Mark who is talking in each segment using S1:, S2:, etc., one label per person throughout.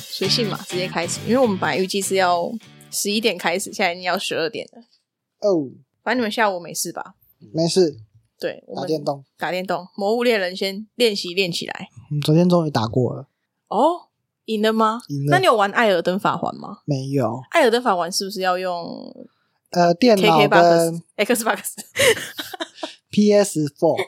S1: 随性嘛，直接开始，因为我们本来预计是要十一点开始，现在已经要十二点了。
S2: 哦，
S1: 反正你们下午没事吧？
S2: 没事，
S1: 对，嗯我
S2: 打
S1: 们
S2: 电动。
S1: 打电动，《魔物猎人》先练习练起来。
S2: 我们昨天终于打过了，
S1: 哦，赢了吗？
S2: 赢了
S1: 那你有玩《艾尔登法环》吗？
S2: 没有？
S1: 《艾尔登法环》是不是要用
S2: 呃，电脑
S1: KK
S2: 跟
S1: Box、Xbox、
S2: PS Four，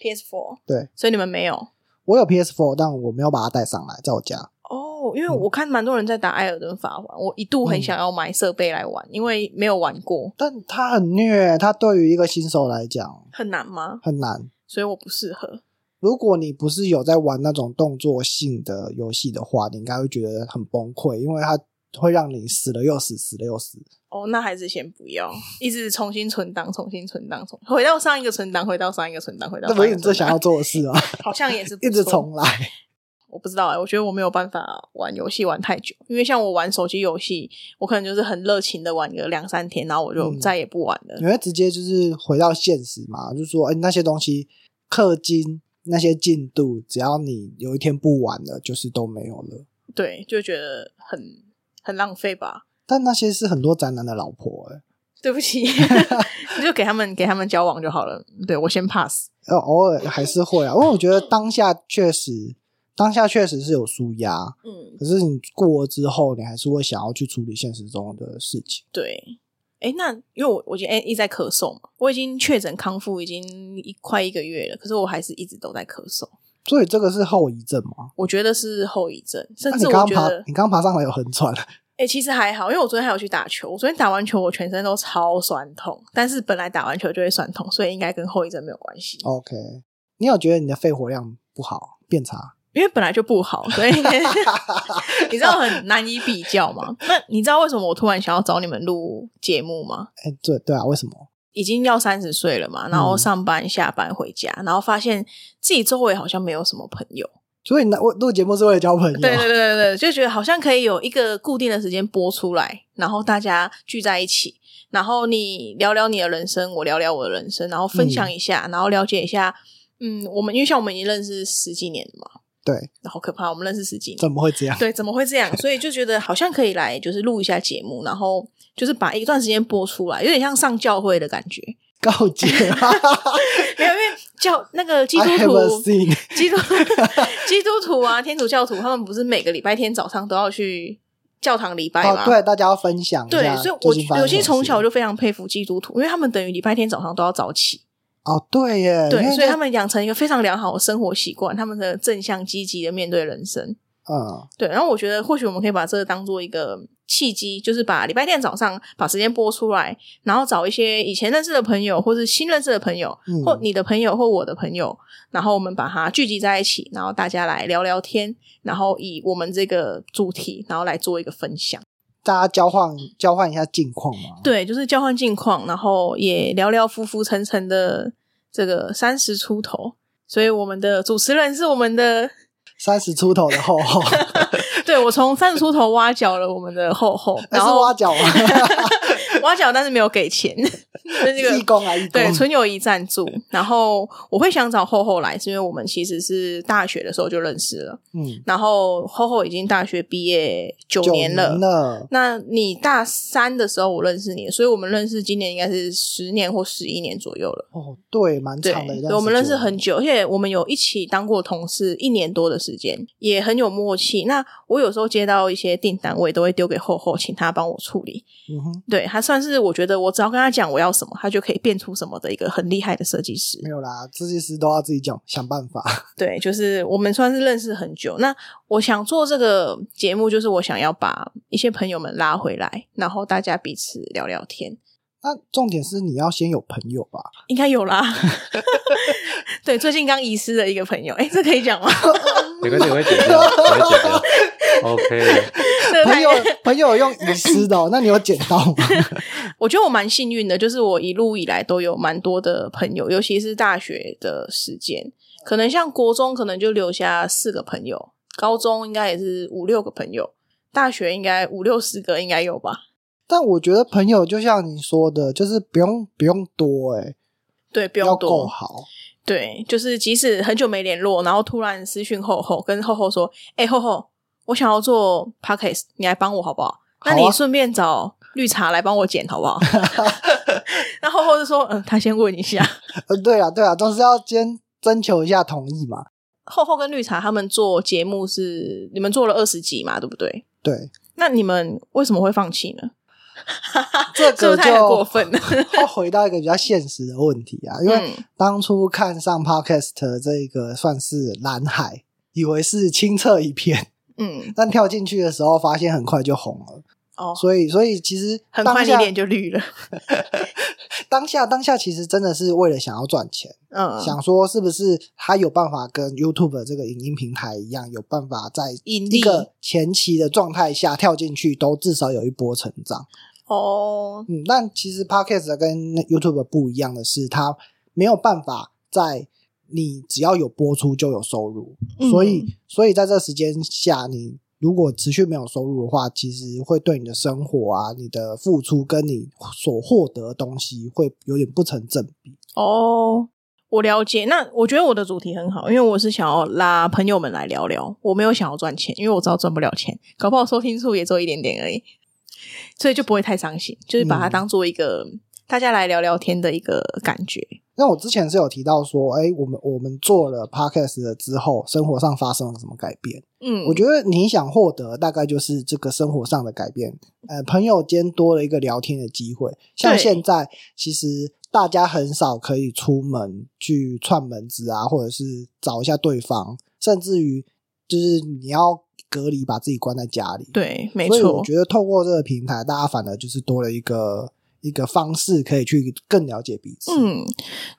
S1: PS4？
S2: 对，
S1: 所以你们没有
S2: 我有 PS Four，但我没有把它带上来，在我家。
S1: 哦？因为
S2: 嗯
S1: 我看蛮多人在打《艾尔登法环》，我一度很想要买设备来玩，因为没有玩过，
S2: 但它很虐，它对于一个新手来讲
S1: 很难吗？
S2: 很难。
S1: 所以我不适合。
S2: 如果你不是有在玩那种动作性的游戏的话，你应该会觉得很崩溃，因为它会让你死了又死，死了又死。
S1: 哦，那还是先不要，一直重新存档，重新存档，重回到上一个存档，回到上一个存档，回到
S2: 这
S1: 上
S2: 不
S1: 一
S2: 是
S1: 个
S2: 你最想要
S1: 存档，
S2: 做的事 啊！
S1: 好像也是不
S2: 一直
S1: 错
S2: 重啊来。
S1: 我不知道哎、我觉得我没有办法玩游戏玩太久，因为像我玩手机游戏，我可能就是很热情的玩个两三天，然后我就
S2: 嗯
S1: 再也不玩了。
S2: 你会直接就是回到现实嘛？就说，哎、那些东西氪金那些进度，只要你有一天不玩了，就是都没有了。
S1: 对，就觉得很很浪费吧。
S2: 但那些是很多宅男的老婆、欸，
S1: 对不 起，你就给他们给他们交往就好了。对我先 pass。
S2: 呃，偶尔还是会啊，因为我觉得当下确实，当下确实是有舒压，
S1: 嗯，
S2: 可是你过了之后，你还是会想要去处理现实中的事情。
S1: 对。哎，那因为我我今天一直在咳嗽嘛，我已经确诊康复已经一快一个月了，可是我还是一直都在咳嗽。
S2: 所以这个是后遗症嘛？
S1: 我觉得是后遗症，甚
S2: 啊那你
S1: 至
S2: 刚
S1: 我
S2: 刚
S1: 觉
S2: 爬
S1: 得，，
S2: 你刚刚爬上来有很喘，
S1: 哎、其实还好，因为我昨天还有去打球，我昨天打完球我全身都超酸痛，但是本来打完球就会酸痛，所以应该跟后遗症没有关系，
S2: OK，你有觉得你的肺活量不好变差？
S1: 因为本来就不好，所以 你知道很难以比较嘛。那你知道为什么我突然想要找你们录节目吗？
S2: 哎、对对啊，为什么？
S1: 已经要三十岁了嘛，然后
S2: 嗯
S1: 上班、下班、回家，然后发现自己周围好像没有什么朋友。
S2: 所以呢，我录节目是为了交朋友。
S1: 对对对对对，就觉得好像可以有一个固定的时间播出来，然后大家聚在一起，然后你聊聊你的人生，我聊聊我的人生，然后分享一下，然后了解一下。嗯，我们因为像我们已经认识十几年了嘛，
S2: 对，
S1: 好可怕，我们认识十几年，
S2: 怎么会这样？
S1: 对，怎么会这样？所以就觉得好像可以来，就是录一下节目，然后就是把一段时间播出来，有点像上教会的感觉。
S2: 告诫啊
S1: 没有，因为教那个 基督
S2: ，I
S1: 徒
S2: have a seen。
S1: 基督基督徒啊，天主教徒，他们不是每个礼拜天早上都要去教堂礼拜吗？
S2: 哦，对，大家要分享一
S1: 对
S2: 下
S1: 所以
S2: 最近发
S1: 我
S2: 生什么事。
S1: 有些从小就非常佩服基督徒，因为他们等于礼拜天早上都要早起，
S2: 哦，对耶，
S1: 对
S2: 因，为
S1: 所以
S2: 就
S1: 他们养成一个非常良好的生活习惯，他们的正向积极的面对人生。
S2: 嗯，
S1: 对，然后我觉得或许我们可以把这个当做一个契机，就是把礼拜天早上把时间播出来，然后找一些以前认识的朋友，或是新认识的朋友，
S2: 嗯
S1: 或你的朋友或我的朋友，然后我们把它聚集在一起，然后大家来聊聊天，然后以我们这个主题，然后来做一个分享。
S2: 大家交换交换一下近况嘛。
S1: 对，就是交换近况，然后也聊聊浮浮沉沉的这个三十出头。所以我们的主持人是我们的，
S2: 三十出头的 厚厚，
S1: 对我从三十出头挖角了我们的厚 厚，
S2: 那
S1: 然
S2: 是
S1: 后
S2: 挖角啊，
S1: 挖角，但是没有给 钱，就是 那
S2: 义
S1: 个
S2: 工啊，义工。
S1: 对纯友谊赞助。然后我会想找厚厚来，是因为我们其实是大学的时候就认识了，
S2: 嗯，
S1: 然后厚厚已经大学毕业九
S2: 九
S1: 年了。
S2: 了，
S1: 那你大三的时候我认识你，所以我们认识今年应该是十年或十一年左右了。
S2: 哦，对，蛮
S1: 对
S2: 长的一，段
S1: 对，我们认识
S2: 时间
S1: 很久，而且我们有一起当过同事一年多的时间，也很有默契。那我有时候接到一些订单，我也都会丢给厚厚，请他帮我处理。
S2: 嗯哼，
S1: 对他算是我觉得我只要跟他讲我要什么，他就可以变出什么的一个很厉害的设计师
S2: 没。有啦，设计师都要自己讲想办法。
S1: 对，就是我们算是认识很久。那我想做这个节目，就是我想要把一些朋友们拉回来，然后大家彼此聊聊天，
S2: 那重点是你要先有朋友吧？
S1: 应该有啦。 对，最近刚遗失的一个朋友，哎，这可以讲吗？
S3: 没关系，我会剪掉，我会剪掉。OK 的，
S1: 这个
S2: 朋
S1: 太
S2: 友朋友有用遗失的哦，那你有捡到吗？
S1: 我觉得我蛮幸运的，就是我一路以来都有蛮多的朋友，尤其是大学的时间，可能像国中可能就留下四个朋友，高中应该也是五六个朋友，大学应该五六十个应该有吧？
S2: 但我觉得朋友就像你说的，就是不用不用多哎、
S1: 对，不
S2: 要
S1: 用
S2: 够啊
S1: 多，
S2: 好。
S1: 对，就是即使很久没联络，然后突然私讯厚厚，跟厚厚说：“哎、厚厚，我想要做 podcast，你来帮我好不好？那
S2: 好
S1: 你
S2: 啊
S1: 顺便找绿茶来帮我剪好不 好？ 然后或者说，嗯，他先问一下。
S2: 呃，对啊，对啊，都是要先征求一下同意嘛。
S1: 厚厚跟绿茶他们做节目是你们做了二十集嘛，对不对？
S2: 对，
S1: 那你们为什么会放弃呢？
S2: 这
S1: 啊是不是
S2: 个
S1: 太
S2: 就
S1: 过分 了？
S2: 又回到一个比较现实的问题啊，因为
S1: 嗯，
S2: 当初看上 Podcast 这个算是蓝海，以为是清澈一片，
S1: 嗯，
S2: 但跳进去的时候发现很快就红了，
S1: 哦，
S2: 所以所以其实
S1: 很
S2: 当
S1: 快你
S2: 下
S1: 脸就绿了。
S2: 当下当下其实真的是为了想要赚钱，
S1: 嗯，
S2: 想说是不是他有办法跟 YouTube 这个影音平台一样，有办法在
S1: 盈
S2: 一
S1: 利
S2: 个前期的状态下跳进去，都至少有一波成长。
S1: 哦，
S2: 嗯，但其实 Podcast 跟 YouTube 不一样的是，它没有办法在你只要有播出就有收入，
S1: 嗯
S2: 所以所以在这时间下，你如果持续没有收入的话，其实会对你的生活啊、你的付出跟你所获得的东西会有点不成正比。
S1: 哦，我了解。那我觉得我的主题很好，因为我是想要拉朋友们来聊聊，我没有想要赚钱，因为我知道赚不了钱，搞不好收听数也只有一点点而已，所以就不会太伤心，就是把它
S2: 嗯
S1: 当做一个大家来聊聊天的一个感觉。
S2: 那我之前是有提到说，哎、我们我们做了 podcast 了之后，生活上发生了什么改变？
S1: 嗯，
S2: 我觉得你想获得大概就是这个生活上的改变，呃，朋友间多了一个聊天的机会。像
S1: 对
S2: 现在，其实大家很少可以出门去串门子啊，或者是找一下对方，甚至于就是你要隔离，把自己关在家里。
S1: 对，没
S2: 所以
S1: 错
S2: 我，觉得透过这个平台，大家反而就是多了一个一个方式，可以去更了解彼此。
S1: 嗯，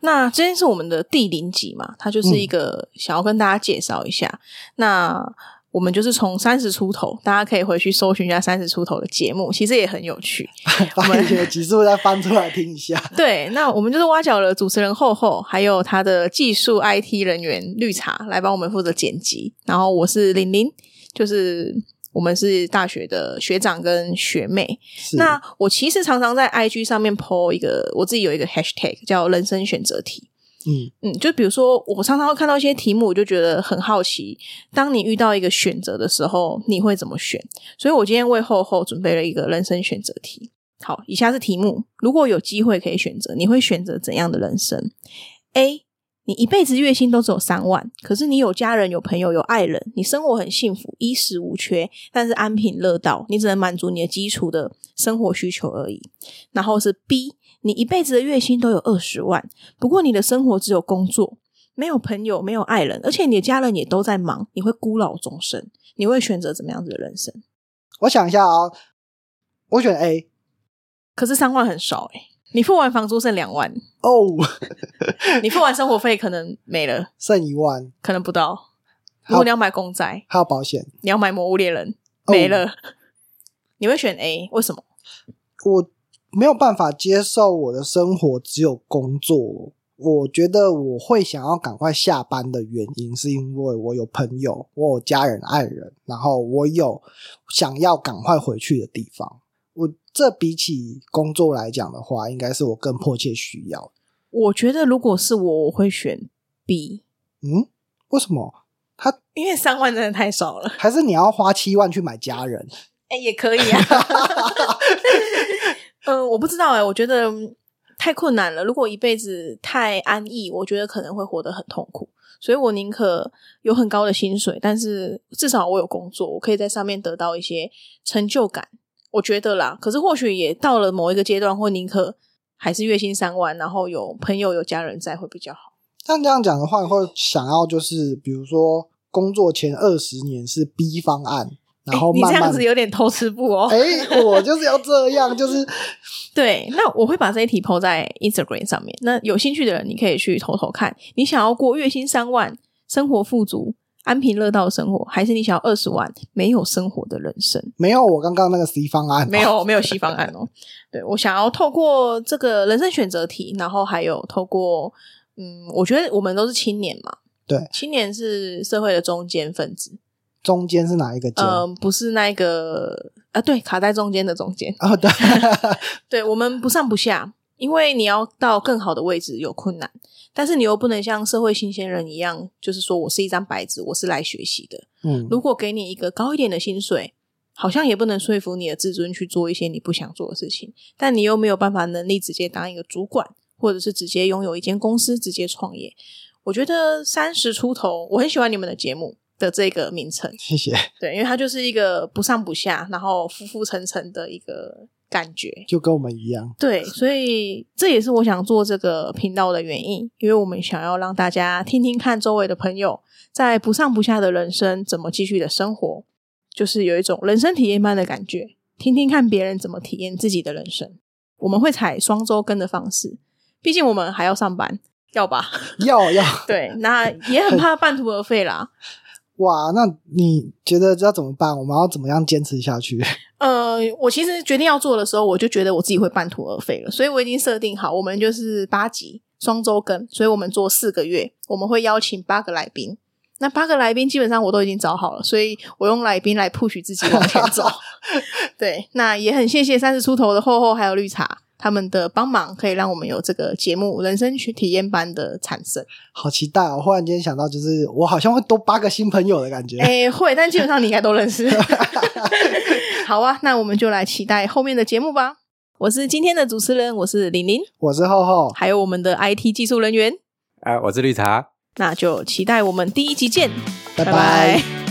S1: 那今天是我们的第零集嘛，它就是一个想要跟大家介绍一下。那我们就是从三十出头，大家可以回去搜寻一下三十出头的节目，其实也很有趣。
S2: 把 以前的集数再翻出来听 一下。
S1: 对，那我们就是挖角了主持人厚厚，还有他的技术 IT 人员绿茶来帮我们负责剪辑，然后我是玲玲，就是我们是大学的学长跟学妹。
S2: 是
S1: 那我其实常常在 IG 上面 po 一个，我自己有一个 hashtag 叫人生选择题。
S2: 嗯
S1: 嗯，就比如说，我常常会看到一些题目，我就觉得很好奇。当你遇到一个选择的时候，你会怎么选？所以我今天为厚厚准备了一个人生选择题。好，以下是题目：如果有机会可以选择，你会选择怎样的人生？A. 你一辈子月薪都只有三万，可是你有家人、有朋友、有爱人，你生活很幸福，衣食无缺，但是安贫乐道，你只能满足你的基础的生活需求而已。然后是 B，你一辈子的月薪都有二十万，不过你的生活只有工作，没有朋友，没有爱人，而且你的家人也都在忙，你会孤老终生。你会选择怎么样子的人生？
S2: 我想一下啊、我选 A
S1: 可是三万很少哎、你付完房租剩两万，
S2: 哦，
S1: 你付完生活费可能没了，
S2: 剩一万，
S1: 可能不到。如果你要买公仔，
S2: 还有保险。
S1: 你要买《魔物猎人》，
S2: 哦
S1: 没了。你会选 A？为什么？
S2: 我没有办法接受我的生活只有工作。哦我觉得我会想要赶快下班的原因，是因为我有朋友，我有家人、爱人，然后我有想要赶快回去的地方。我这比起工作来讲的话，应该是我更迫切需要的。
S1: 我觉得如果是我，我会选 B，
S2: 嗯，为什么？
S1: 因为三万真的太少了。
S2: 还是你要花七万去买家人？
S1: 哎、也可以啊。 嗯，我不知道哎、我觉得嗯太困难了。如果一辈子太安逸，我觉得可能会活得很痛苦。所以我宁可有很高的薪水，但是至少我有工作，我可以在上面得到一些成就感。我觉得啦，可是或许也到了某一个阶段，或宁可还是月薪三万，然后有朋友有家人在会比较好。
S2: 像这样讲的话，你会想要就是比如说工作前二十年是 B 方案，然后
S1: 哎诶你这
S2: 慢
S1: 样
S2: 慢
S1: 子有点偷吃步哦。
S2: 哎、我就是要这样，就是
S1: 对，那我会把这一题抛在 Instagram 上面。那有兴趣的人，你可以去投投看。你想要过月薪三万、生活富足、安贫乐道的生活，还是你想要二十万没有生活的人生？
S2: 没有我刚刚那个 C 方案，
S1: 没有，没有西方案哦。对我想要透过这个人生选择题，然后还有透过嗯，我觉得我们都是青年嘛，
S2: 对
S1: 青年是社会的中间分子，
S2: 中间是哪一个间？
S1: 呃，不是那个啊，对，卡在中间的中间，
S2: 哦，对，
S1: 对我们不上不下，因为你要到更好的位置有困难，但是你又不能像社会新鲜人一样，就是说我是一张白纸，我是来学习的。
S2: 嗯，
S1: 如果给你一个高一点的薪水，好像也不能说服你的自尊去做一些你不想做的事情，但你又没有办法能力直接当一个主管，或者是直接拥有一间公司，直接创业。我觉得三十出头，我很喜欢你们的节目的这个名称，
S2: 谢谢，
S1: 对，因为它就是一个不上不下，然后浮浮沉沉的一个感觉。
S2: 就跟我们一样，
S1: 对，所以这也是我想做这个频道的原因，因为我们想要让大家听听看周围的朋友在不上不下的人生怎么继续的生活，就是有一种人生体验班的感觉，听听看别人怎么体验自己的人生。我们会采双周更的方式，毕竟我们还要上班，要吧？
S2: 要要
S1: 对，那也很怕半途而废啦。
S2: 哇，那你觉得要怎么办？我们要怎么样坚持下去？
S1: 呃，我其实决定要做的时候，我就觉得我自己会半途而废了，所以我已经设定好，我们就是八集双周更，所以我们做四个月，我们会邀请八个来宾。那八个来宾基本上我都已经找好了，所以我用来宾来 push 自己往前走。对，那也很谢谢三十出头的厚厚还有绿茶他们的帮忙，可以让我们有这个节目人生去体验班的产生。
S2: 好期待哦！忽然间想到，就是我好像会多八个新朋友的感觉。
S1: 哎、会，但基本上你应该都认识。好啊，那我们就来期待后面的节目吧。我是今天的主持人，我是玲玲，
S2: 我是厚厚，
S1: 还有我们的 IT 技术人员，
S3: 哎啊，我是绿茶。
S1: 那就期待我们第一集见，拜
S2: 拜
S1: 拜